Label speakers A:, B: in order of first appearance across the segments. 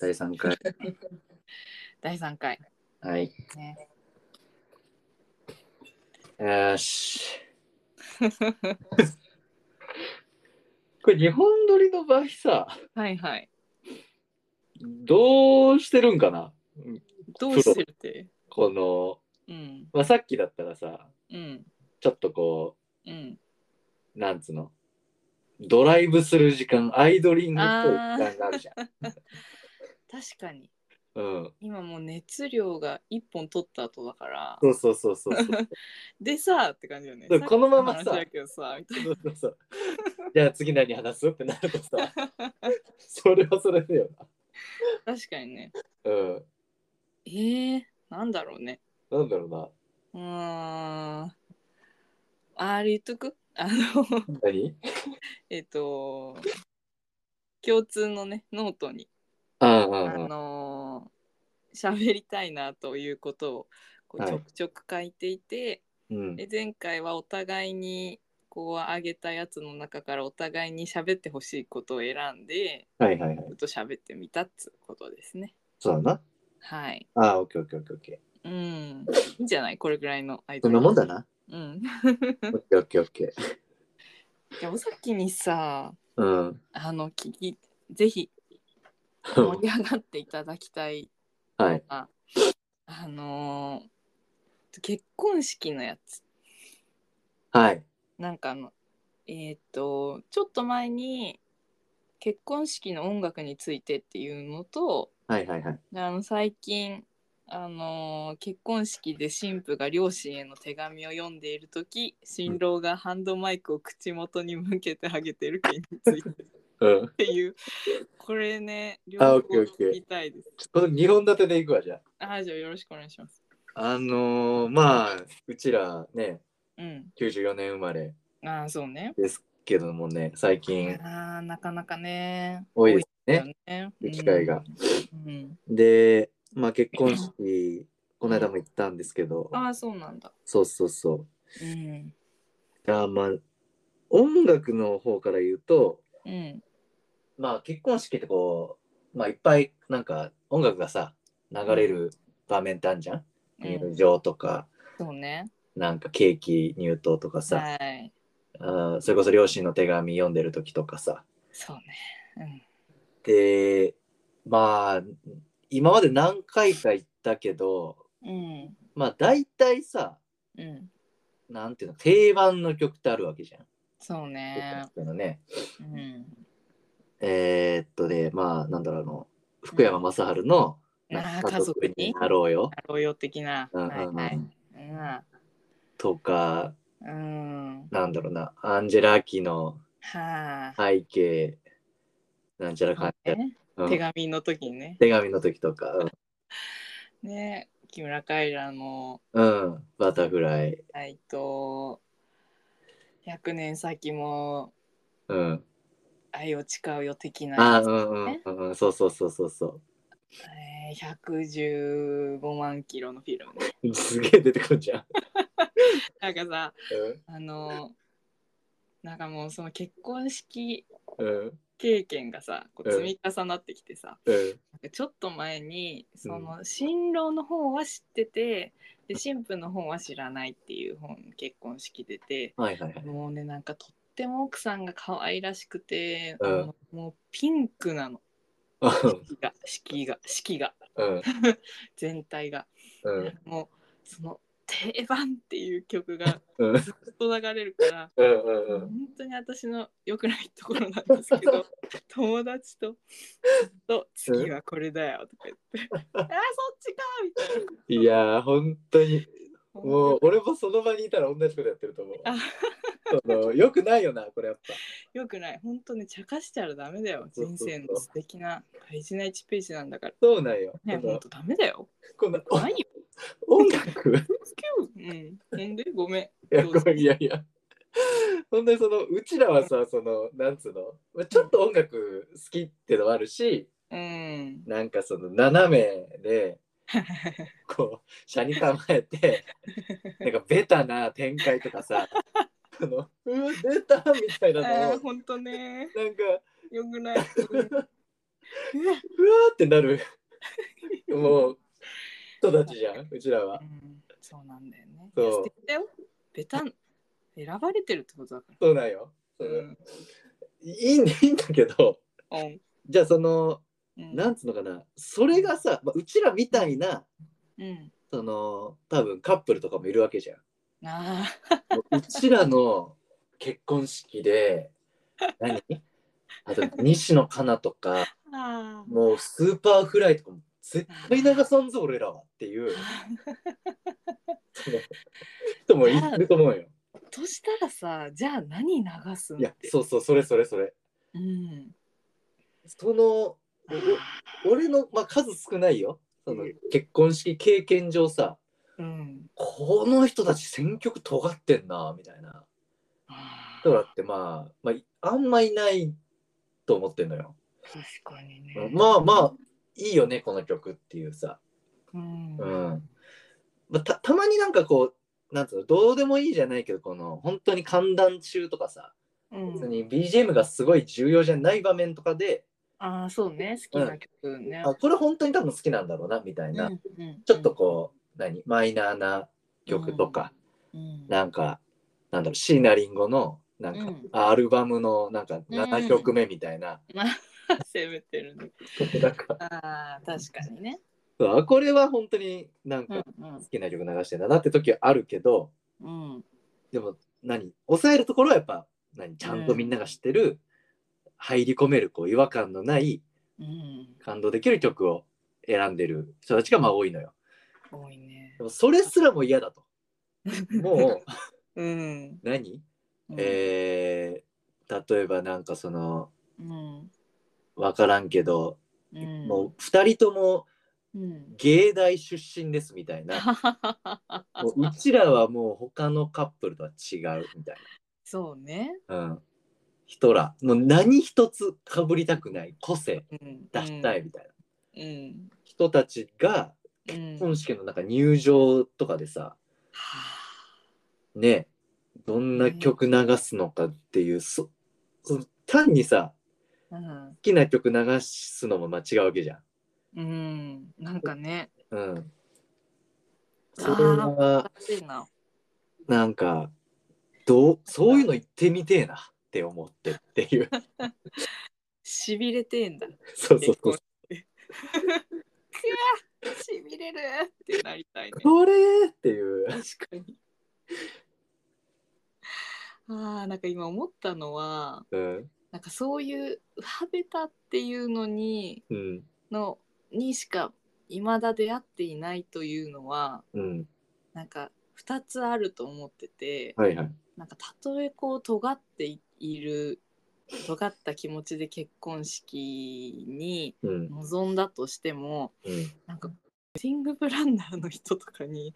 A: 第3回。
B: 第3回。
A: はい。
B: ね、
A: よし。これ、日本撮りの場合さ、
B: はいはい。
A: どうしてるんかな
B: どうしてるって。
A: この、
B: うん。
A: まあ、さっきだったらさ、
B: うん。
A: ちょっとこ
B: うん。
A: う、なんつうの、ドライブする時間、アイドリングっぽい時間があるじゃん。
B: 確かに。
A: うん。
B: 今もう熱量が1本取った後だから。
A: そうそうそうそうそう。
B: でさって感じよね。
A: で
B: さっき
A: このままさ
B: 話だけどさ。みたい
A: そうそうそう じゃあ次何話すってなるとさ、それはそれだよ
B: な確かにね。
A: な。うん。
B: えー、なんだろうね。
A: なんだろ
B: うーん。あーあれ言っとくあの、
A: うな。何
B: えっと、共通のね、ノートに。
A: うんう
B: あ
A: んうん。
B: のー喋りたいなということをこう
A: はい
B: ちょくちょく書いていて、
A: うん、
B: で前回はお互いにこうあげたやつの中からお互いに喋ってほしいことを選んで
A: はいはいはい
B: ちょ。っと喋ってみたっつうことですね。
A: そうだな。
B: はい。
A: ああ、オッケーオッケーオッケーオッケ
B: うん。いいんじゃないこれぐらいの間
A: ー。そんなもんだな。
B: うん。
A: オッケーオッケーオッケー。
B: じゃあおさきにさ
A: うん。
B: あの聞きぜひ盛り上がっていただきたい
A: はい。
B: ああのー結婚式のやつ
A: はい。
B: なんかあのえーっ、とちょっと前に結婚式の音楽についてっていうのと
A: はいはいはい。
B: であの最近あのー結婚式で新婦が両親への手紙を読んでいる時新郎がハンドマイクを口元に向けてあげてる件についてっ
A: うん。
B: ていうこれね両
A: あ
B: 方
A: オッケーオッケー
B: 聞きたいです。
A: ちょっと2本立てでいくわ、じゃ
B: あーじゃあよろしくお願いします。
A: あ。あのー、まあ、うちらね、
B: うん、
A: 94年生まれ
B: あーそうね。
A: ですけどもね、最近
B: あーなかなかね
A: 多いです
B: だよ
A: ね。
B: ね。
A: 機会が。
B: うんうん、
A: で、まあ結婚式、この間も行ったんですけど、
B: ああそうなんだ。
A: そうそうそう。
B: うん
A: あまあ、音楽の方から言うと、
B: うん
A: まあ結婚式ってこう、まあいっぱいなんか音楽がさ、流れる場面ってあるじゃん、
B: う
A: 入
B: ん、
A: 場とか、
B: そうね。
A: なんかケーキ入刀とかさ、
B: はい。
A: あーそれこそ両親の手紙読んでる時とかさ。
B: そうね。
A: で、まあ、今まで何回か行ったけど、
B: うん。うん。
A: まあ大体さ、
B: うん。
A: なんていうの、定番の曲ってあるわけじゃん。
B: そうね。
A: 結婚式のね。
B: うん。
A: えーっとね、まあ、なんだろうあの、福山雅治の、
B: うん
A: なん
B: あー
A: か
B: 家族に
A: なろうよ、
B: 同様的な。
A: うん
B: はいはい。
A: とか、
B: うん。うん。は
A: なんだろうな、アンジェラ・アキの
B: あ。
A: 背景、なんちゃらかんちゃら
B: ね
A: うん
B: 手紙の時にね。
A: 手紙の時とか、うん
B: ね。木村カイラの
A: うん、バタフライ、
B: 愛と100年先も
A: うん、
B: 愛を誓うよ的
A: あ
B: な
A: ー、うんうんうんうん、そうそうそうそうそ
B: えー、115万キロのフィルム、ね、
A: う、すげえ出てくるじゃん。
B: なんかさあのなんかもうその結婚式
A: うんうん
B: 経験がさこう
A: うん
B: 積み重なってきてさ、
A: うん
B: なんかちょっと前にその新郎の方は知っててで新婦の方は知らないっていう本結婚式出て
A: はいはいはい。
B: もうねなんかとっても奥さんが可愛らしくて、
A: うん
B: あのもうピンクなの
A: うん
B: 式が式が式が
A: うん
B: 全体が、
A: うん
B: もうその定番っていう曲が
A: うん
B: ずっと流れるから。
A: うんうんう
B: 本
A: ん
B: 当に私の良くないところなんですけ ど友達とずっと「次はこれだよ」とか言って「あーそっちか!」みたいない
A: やー、本当に、もう
B: 本
A: 俺もその場にいたら同じことやってると思う
B: あ。
A: そのよくないよな、これやっぱ。
B: 当よくない本当ね茶化したらダメだよ
A: そうそう
B: 人生の素敵な大事な1ページなんだから
A: そうなんよ。
B: ね
A: こ
B: 本当ダメだ
A: の
B: よ
A: この
B: ないよ
A: お音楽い
B: つけよううんほんでごめん
A: や
B: どうぞ
A: ごめんいやいや。ほんでそのうちらはさそのなんつうのまあちょっと音楽好きってのもあるし
B: うん
A: なんかその斜めでこう車に構え てなんかベタな展開とかさそのうわ出たみたいなのを
B: あ
A: なん
B: ー
A: か
B: 本当ねよくないうわ
A: ーってなるもう人たちじゃんうちらは
B: うんそうなんだよね。
A: そう
B: いや素敵だよ。ベタン選ばれてるってことだか
A: そうなんよ、そ
B: ら。
A: ういいんいいんだけど
B: うん。
A: じゃあその
B: うん。
A: なんつうのかなそれがさ、まあ、うちらみたいな
B: うん。
A: その多分カップルとかもいるわけじゃん
B: ああ。
A: もううちらの結婚式で何あと西野カナとか
B: あー
A: もうスーパーフライとかも絶対流さんぞ俺らはっていうその人もいると思うよ。
B: としたらさ、じゃあ何流すん
A: いや
B: って。
A: そうそうそれそれそれ。
B: うん。
A: そのおお俺の、まあ、数少ないよその結婚式経験上さ
B: うん。
A: この人たち選曲尖ってんなみたいな
B: あー
A: 人らってまあ、まあ、あんまいないと思ってんのよ。
B: 確かにね。
A: まあまあいいよねこの曲っていうさ、
B: うん。
A: うんまあ、たたまになんかこうなんつうのどうでもいいじゃないけどこの本当に寒暖中とかさ
B: うん
A: 別に BGM がすごい重要じゃない場面とかで、
B: ああ、そうね。好きな曲ね。
A: あこれ本当に多分好きなんだろうなみたいな、
B: うんうん
A: ちょっとこう何マイナーな曲とか、
B: うん。
A: なんかなんだろう椎名林檎のなんか、
B: うん
A: アルバムのなんか
B: うん
A: 7曲目みたいな、
B: 攻めてるね。
A: なんか
B: ああ、確かにね。
A: そうあこれは本当になん
B: う
A: か
B: ん
A: 好きな曲流してんだなって時はあるけど、
B: うん。うん。
A: でも何抑えるところはやっぱ何ちゃんとみんなが知ってる、入り込めるこう違和感のない
B: うん。
A: 感動できる曲を選んでる人たちがまあ多いのよ。
B: 多いね
A: で。もそれすらも嫌 だと。もう
B: うん。
A: 何、えー例えばなんかその
B: うん。
A: 分からんけど、
B: うん。
A: もう2人とも
B: うん。
A: 芸大出身ですみたい な。もううちらはもう他のカップルとは違うみたいな。
B: そうね。
A: うん、人らの何一つかぶりたくない個性
B: うん
A: 出したい。みたいな、
B: うん。
A: 人たちが
B: うん。
A: 本試験のなんか入場とかでさ
B: は
A: ねどんな曲流すのかっていう、そそ単にさ
B: あうん
A: 好きな曲流すのも間違うわけじゃん。
B: うん。なんかね。
A: うん、
B: あー
A: それは
B: おかしいな。
A: なんかどうそういうの言ってみてえなって思ってっていう
B: しびれてんだ。
A: そうそうそう
B: しびれるってなりた いね。
A: これっていう
B: 確かに。 ああ、なんか今思ったのは、
A: うん
B: なんかそういう「うわべた」っていうのに
A: うん
B: のにしか未だ出会っていないというのは
A: うん
B: なんか2つあると思ってて
A: はいはい
B: なんかたとえこう尖っている尖った気持ちで結婚式に
A: うん
B: 臨んだとしても
A: うん
B: なんかシングプランナーの人とかに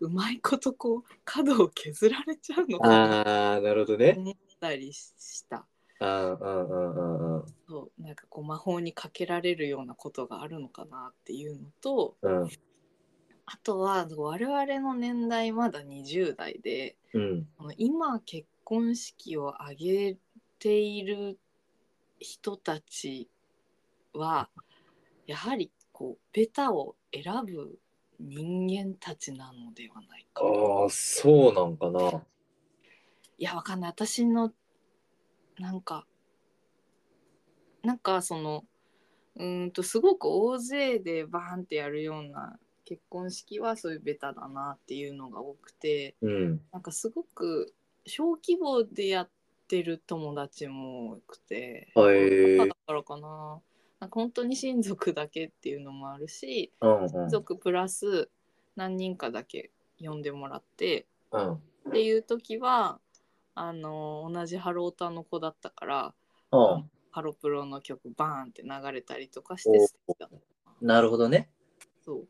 A: うん
B: うまいことこう角を削られちゃうのかなっ
A: ああなるほど
B: て
A: ね。
B: 思ったりした。
A: あーうんうんうんうん
B: そうなんかこう魔法にかけられるようなことがあるのかなっていうのと
A: うん
B: あとは我々の年代まだ20代で
A: うん
B: この今結婚式を挙げている人たちはやはりこうベタを選ぶ人間たちなのではないか
A: ああそうなんかな。
B: いやわかんない私のなんかなんかそのうーんとすごく大勢でバーンってやるような結婚式はそういうベタだなっていうのが多くて
A: うん
B: なんかすごく小規模でやってる友達も多くて、
A: はい
B: だからかななんか本当に親族だけっていうのもあるし
A: うんう
B: 親
A: ん
B: 族プラス何人かだけ呼んでもらって。
A: うん
B: っていう時はあの同じハロータの子だったから
A: うん
B: ハロプロの曲バーンって流れたりとかし
A: お
B: て
A: ーなるほどね。
B: そう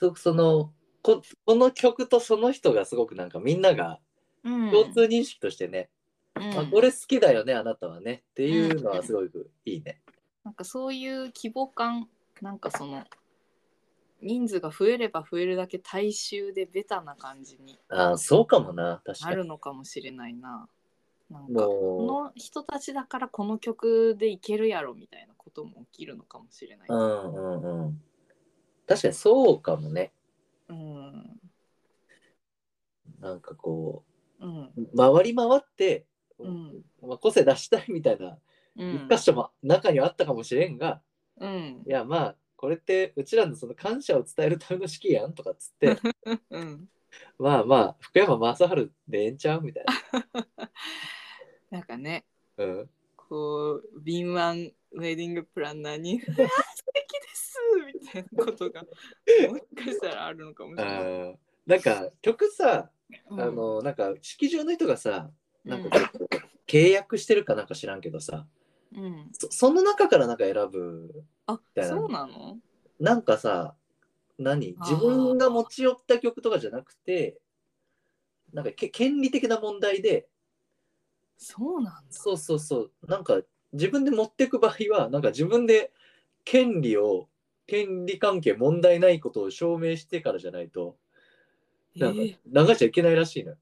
A: とそのここの曲とその人がすごくなんかみんなが
B: うん
A: 共通認識としてね、
B: うん
A: あこれ好きだよねあなたはねっていうのはすごくいいね。
B: なんかそういう規模感なんかその人数が増えれば増えるだけ大衆でベタな感じに
A: ああそうかもな確
B: な
A: かに。
B: るのかもしれないな。なんかこ
A: も
B: の人たちだからこの曲でいけるやろみたいなこことも起きるのかもしれない。
A: うんうんうん。確かにそうかもね。
B: うん。
A: なんかこ
B: うん。
A: う、回り回って、
B: うん。
A: まあ、個性出したいみたいな、
B: うん
A: 一箇所も中にはあったかもしれんが、
B: うん
A: い。やまあ、これってうちらのその感謝を伝えるための式やんとかっつ って、
B: うん。
A: まあまあ、福山雅治でええんちゃうみたいな。
B: なんかね、
A: うん。
B: こう、敏腕ウェディングプランナー に、うわー素敵ですみたいなことが、もしかしたらあるのかもし
A: あ
B: れない。
A: ーなんか曲さ、あ、
B: あ
A: の、なんか式場の人がさ、なんかこう契約してるかなんか知らんけどさ、
B: うん、うん。
A: そその中からなんか選ぶ
B: あ、
A: だよ
B: そうなの
A: なんかさ何
B: あー
A: 自分が持ち寄った曲とかじゃなくてなんかけ権利的な問題で
B: そうなんだ。
A: そうそうそうなんか自分で持ってく場合はなんか自分で権利を権利関係問題ないことを証明してからじゃないと
B: え
A: なんか
B: ー、
A: 流しちゃいけないらしいのよ、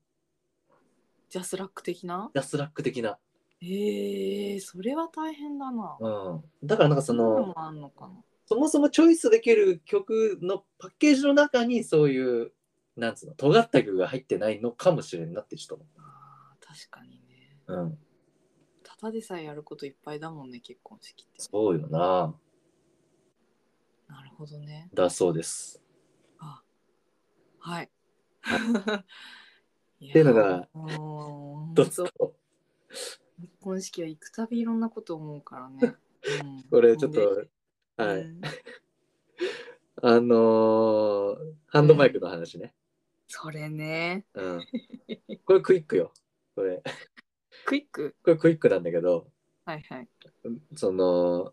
B: ジャスラック的な
A: ダスラック的な、
B: えー、それは大変だな。
A: うん、だからなんかその、
B: そういうのもあんのかな。
A: そもそもチョイスできる曲のパッケージの中にそういうなんつうの尖った曲が入ってないのかもしれんなってちょっと
B: あー確かにね。
A: 思う、うん、
B: ただでさえやることいっぱいだもんね、結婚式って。
A: そうよな
B: なるほどね。
A: だそうです。
B: はい。 い
A: っ
B: や
A: ていうのが
B: もう
A: どう
B: 本当
A: ぞ
B: 結婚式は行くたびいろんなこと思うからね。うん
A: これちょっと
B: ほんで
A: は
B: う
A: い、
B: ん
A: あのーハンドマイクの話ね。
B: それね。
A: うん、これクイックよ。これ
B: クイック。
A: これクイックなんだけど、
B: はいはい。
A: その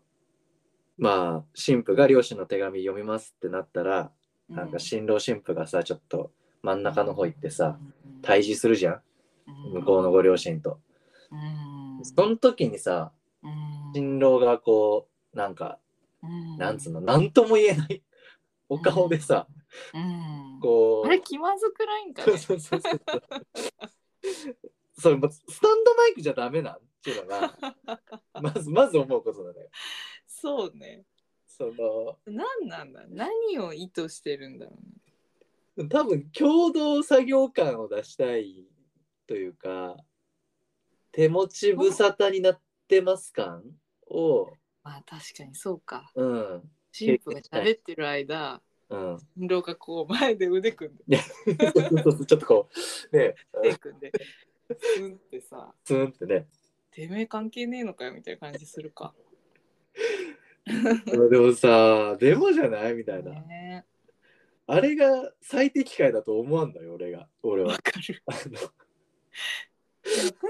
A: まあ新婦が両親の手紙読みますってなったら、なんか新郎新婦がさちょっと真ん中の方行ってさ、対峙するじゃん。向こうのご両親と。
B: うん。うん
A: その時にさ、
B: うん
A: 新郎がこう、なんか、
B: うん
A: なんつうの、なんとも言えないお顔でさ、
B: うん
A: こう。
B: あれ気まずくないんか
A: そ
B: ね
A: う。そうそうそう。それ、まずスタンドマイクじゃダメなんっていうのが、まず、まず思うことなのよ。
B: そうね。
A: その、
B: 何なんだ何を意図してるんだろうね。
A: 多分、共同作業感を出したいというか、手持ち無沙汰になってます感を、
B: まあ確かにそうか。
A: うん、
B: 神父が喋ってる間、
A: うん。
B: 新郎がこう前で腕組んで、
A: そうそうそうちょっとこう、ね、
B: 手組んで、スンってさ、
A: ツーンってね。
B: てめえ関係ねえのかよみたいな感じするか。
A: でもさ、でもじゃないみたいな。
B: ね
A: あれが最適解だと思わんのよ、俺が。俺
B: えわ
A: は。
B: かる。
A: あの
B: わ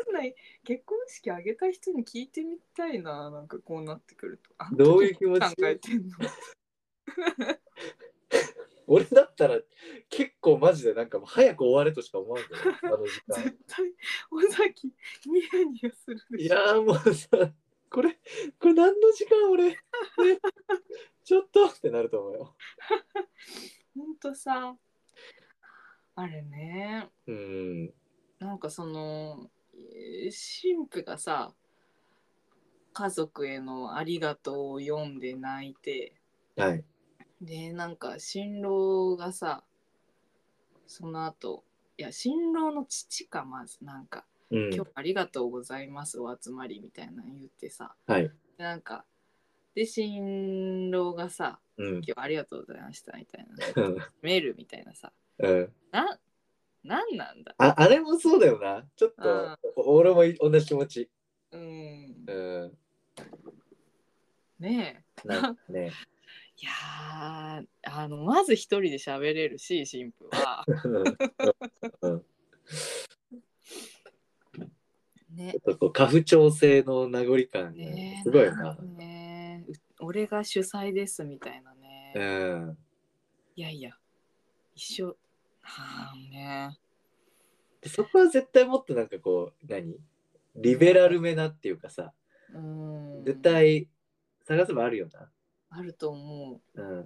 B: かんない。結婚式挙げた人に聞いてみたいな、なんかこうなってくると。あの時
A: どういう気持ち
B: 考えてんの
A: 俺だったら結構マジでなんかもう早く終われとしか思わんのよ、あの時間。
B: 絶対、尾崎、ニヤニヤするで
A: い
B: しょ。
A: やーもうさ、これ、これ何の時間俺、ねちょっとってなると思うよ。
B: ほんとさ、あれね。
A: うん。
B: なんかそのえー神父がさ家族への「ありがとう」を読んで泣いて
A: はい。
B: でなんか新郎がさその後いや新郎の父かまずなんか
A: う
B: 「
A: ん
B: 今日。ありがとうございますお集まり」みたいなの言ってさ
A: はい。
B: でなんかで新郎がさ
A: うん
B: 「今。日ありがとうございました」みたいな
A: うん
B: メールみたいなさ
A: うん。
B: ななんなんだ
A: あ、あれもそうだよな。ちょっ
B: うん
A: と、お俺もい同じ気持ち。
B: うん
A: うん。
B: ねえ
A: なんか ね。
B: いやーあのまず一人で喋れるし新婦は
A: うんうんち
B: ね
A: ょっとこう家父長制の名残感が
B: ね
A: すごいな。
B: ねう俺が主催ですみたいなね、
A: うん。
B: いやいや一緒はあね
A: でそこは絶対もっとなんかこう何リベラルめなっていうかさ、
B: うん
A: 絶対探せばあるよな。
B: あると思う
A: うん。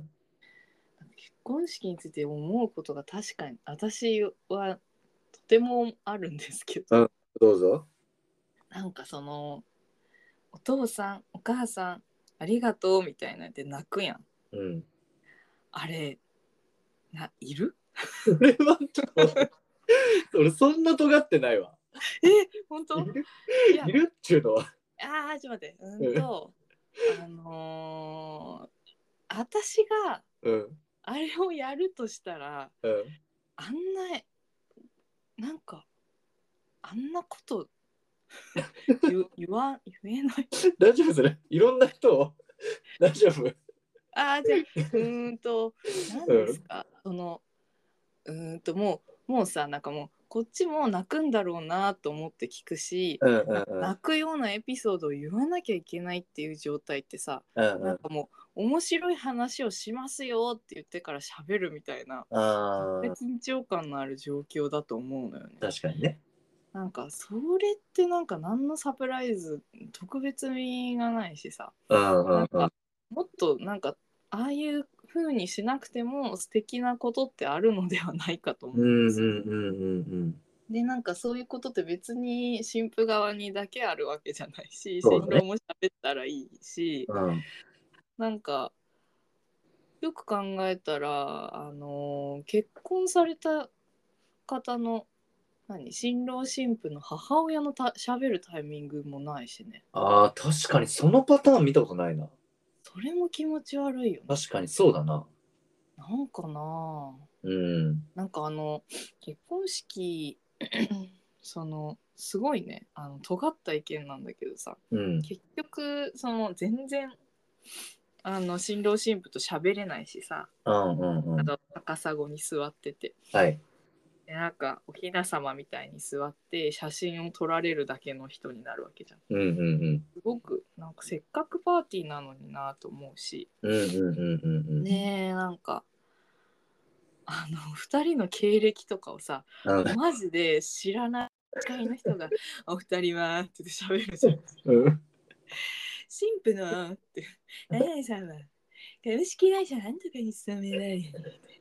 B: 結婚式について思うことが確かに私はとてもあるんですけど
A: どうぞ。
B: なんかそのお父さんお母さんありがとうみたいなんで泣くやん
A: うん。
B: あれないる
A: それはちょっと、俺そんな尖ってないわ。
B: え本当
A: いる
B: いや
A: いるっちゅうのは。
B: あーちょっと待ってうんとあのー私が
A: うん。
B: あれをやるとしたら
A: うん。
B: あんななんかあんなこと 言う言わん言えない
A: 大丈夫それいろんな人を。大丈夫
B: あーじゃあうー んと何ですか、そのうーんともうもうさなんかもうこっちも泣くんだろうなと思って聞くし、
A: うんうんうん
B: 泣くようなエピソードを言わなきゃいけないっていう状態ってさ、
A: うんう
B: なん
A: ん。
B: かもう面白い話をしますよって言ってから喋るみたいな
A: ああ、
B: 緊張感のある状況だと思うのよね。
A: 確かにね。
B: なんかそれってなんか何のサプライズ特別味がないしさ
A: うんう
B: なん
A: んう
B: か
A: ん。
B: もっとなんかああいう風にしなくても素敵なことってあるのではないかと思う
A: うんんう
B: で
A: ん
B: す
A: う
B: よ、
A: んうん
B: でなんかそういうことって別に新婦側にだけあるわけじゃないし
A: そう
B: 新
A: だね
B: 郎も喋ったらいいし、
A: うん。うん
B: なんかよく考えたらあのー結婚された方の何新郎新婦の母親のた喋るタイミングもないしね
A: ああ、確かにそのパターン見たことないな。
B: それも気持ち悪いよね
A: 確かにそうだな。
B: なんかなあ
A: うん。
B: なんかあの結婚式そのすごいねあの尖った意見なんだけどさ
A: うん。
B: 結局その全然あの新郎新婦と喋れないしさ
A: うんうんう
B: あ
A: ん。
B: と高砂に座ってて
A: はい。
B: でなんかおひな様みたいに座って写真を撮られるだけの人になるわけじゃん
A: うんうんうん。
B: すごくなんかせっかくパーティーなのになと思うし
A: うんうんうんうんうん。
B: ねえなんかあの2人の経歴とかをさ
A: うん。
B: マジで知らない司会の人が「お二人は」って言って喋るじゃん。
A: うん
B: 神父のって「何々さんは株式会社なんとかに勤められる」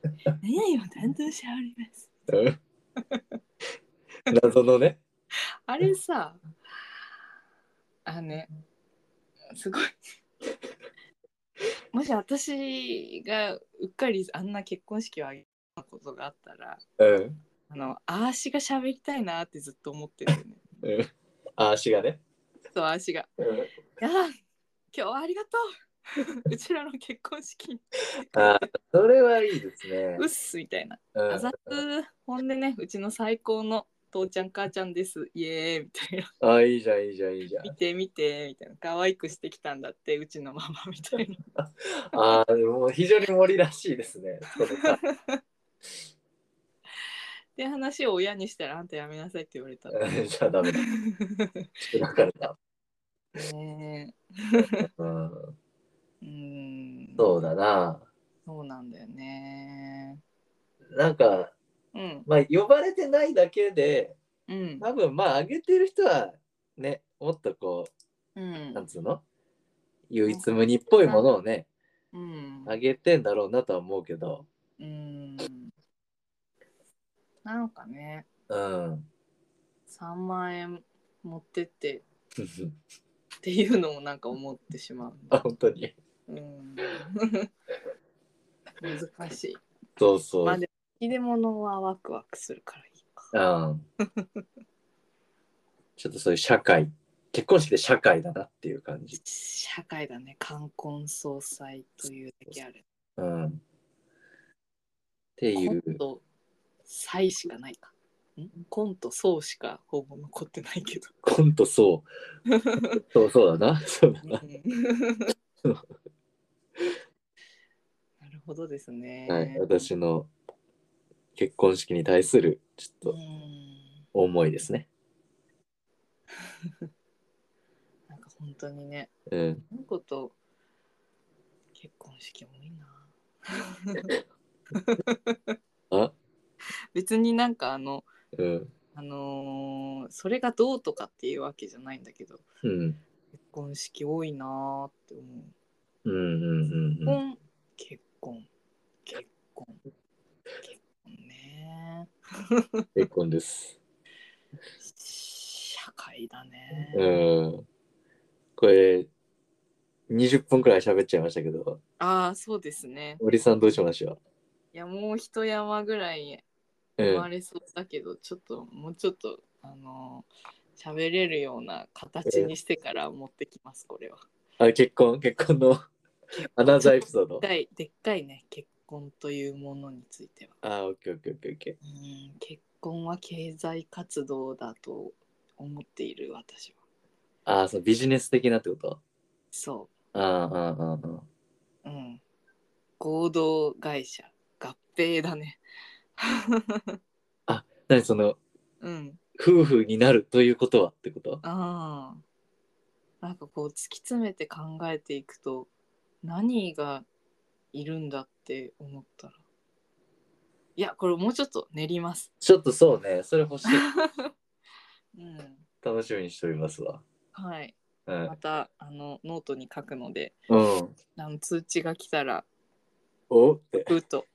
B: 「何々を担当しております
A: うん。謎のね。」
B: あれさあのねすごい。 もし私がうっかりあんな結婚式をあげたことがあったら
A: うん。
B: あのあーしが喋りたいなってずっと思ってるよね。
A: うん。あ足がね。
B: そうあーしが
A: うん
B: いやあ今日はありがとう うちらの結婚式に
A: あーそれはいいですね
B: う。っすみたいな。
A: うん
B: あざつほんでねうちの最高の父ちゃん母ちゃんですイエーイみたいな
A: あ、いいじゃん、いいじゃん、いいじゃん。
B: 見て見てみたいな可愛くしてきたんだってうちのママみ たいな。
A: ああ、でも非常に森らしいですね。そのさ
B: で話を親にしたらあんたやめなさいって言われた。
A: うん じゃあダメだ。だからだ。
B: ね
A: うん、
B: えうん
A: そうだな。
B: そうなんだよね。
A: なんか、
B: うん
A: まあ、呼ばれてないだけで、
B: うん
A: 多分まあ、あげてる人は、ね、もっとこ
B: う
A: う、
B: ん
A: なんつうの唯一無二っぽいものをね、
B: うん
A: あげてんだろうなとは思うけど、
B: うんなんかね
A: うん。
B: 3万円持ってってっていうのもなんか思ってしまう。
A: あ、本当に。
B: うん 難しい。
A: そうそう。
B: まあでも、入れ物はワクワクするからいいか。
A: うん。ちょっとそういう社会、結婚式で社会だなっていう感じ。
B: 社会だね、冠婚葬祭というだけある。
A: うん。ってい
B: コン
A: う。
B: ト祭しかないか。んコント葬しかほぼ残ってないけ ど。
A: コント そう。そうそうだな。そうだ
B: うん
A: な。
B: なるほどですね。
A: はい、私の結婚式に対するち
B: う
A: ょっと
B: ん
A: 思いですね。
B: なんか本当にね、
A: うん。
B: こういうこと結婚式多いな。
A: あ、
B: 別になんかあの、
A: うん。
B: あのーそれがどうとかっていうわけじゃないんだけど
A: うん。
B: 結婚式多いなーって思う
A: うんうんうんうん。
B: 婚結婚結婚結婚ね
A: 結婚です。
B: 社会だね
A: うん。これ、 20分くらい喋っちゃいましたけど、
B: ああそうですね
A: 森さんどうしましょ。
B: いやもう一山ぐらいう生
A: う
B: ま
A: ん、
B: れそうだけど、ちょっともうちょっとあのー喋れるような形にしてから持ってきますこれは
A: あ結婚、結婚のアナザーエピソード
B: でっ。かいでっかいね結婚というものについては
A: あ、オッケーオッケーオッケーオッケ
B: うん結婚は経済活動だと思っている私は
A: ー。あ、そうビジネス的なってこと
B: そ
A: ああ、ああ、あ
B: ううん合同会社合併だね
A: あ。何その、
B: うん
A: 夫婦になるということはってこと
B: ああなんかこう突き詰めて考えていくと何がいるんだって思ったらいやこれもうちょっと練ります
A: ちょっとそうね、それ欲しい。
B: うん
A: 楽しみにしておりますわ。
B: はい
A: うん
B: ま。たあのノートに書くので
A: うん、
B: あの通知が来たら
A: おって。
B: グーと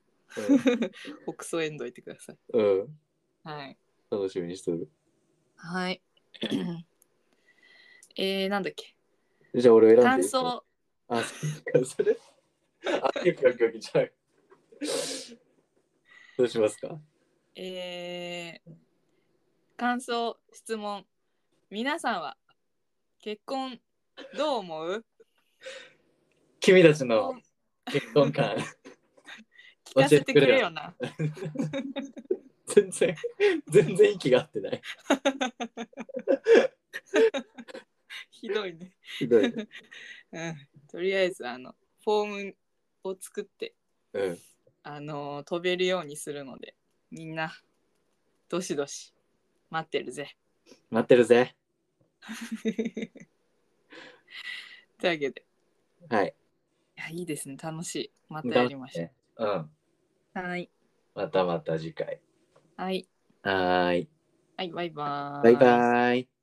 B: 北総エンドいてください
A: うん、うん
B: はい
A: 楽しみにしておる。
B: はい えー、なんだっけ
A: じゃあ俺選んでいい
B: 感想
A: あ、そっか、それ。あ、結構、結構、じゃあ。どうしますか。
B: えー感想質問皆さんは結婚どう思う
A: 君たちの結婚観、
B: 聞かせてくれよな
A: 全然、全然息が合ってない。
B: ひどいね、
A: ひ どいね。
B: うん、とりあえずあのフォームを作って
A: うん、
B: あの飛べるようにするのでみんなどしどし待ってるぜ
A: 待ってるぜ。
B: というわけで
A: はい。
B: いやいいですね楽しいまたやりましょう
A: うん、
B: はい
A: またまた次回。
B: はい
A: はーい。
B: はいバイバー
A: バイバーイ。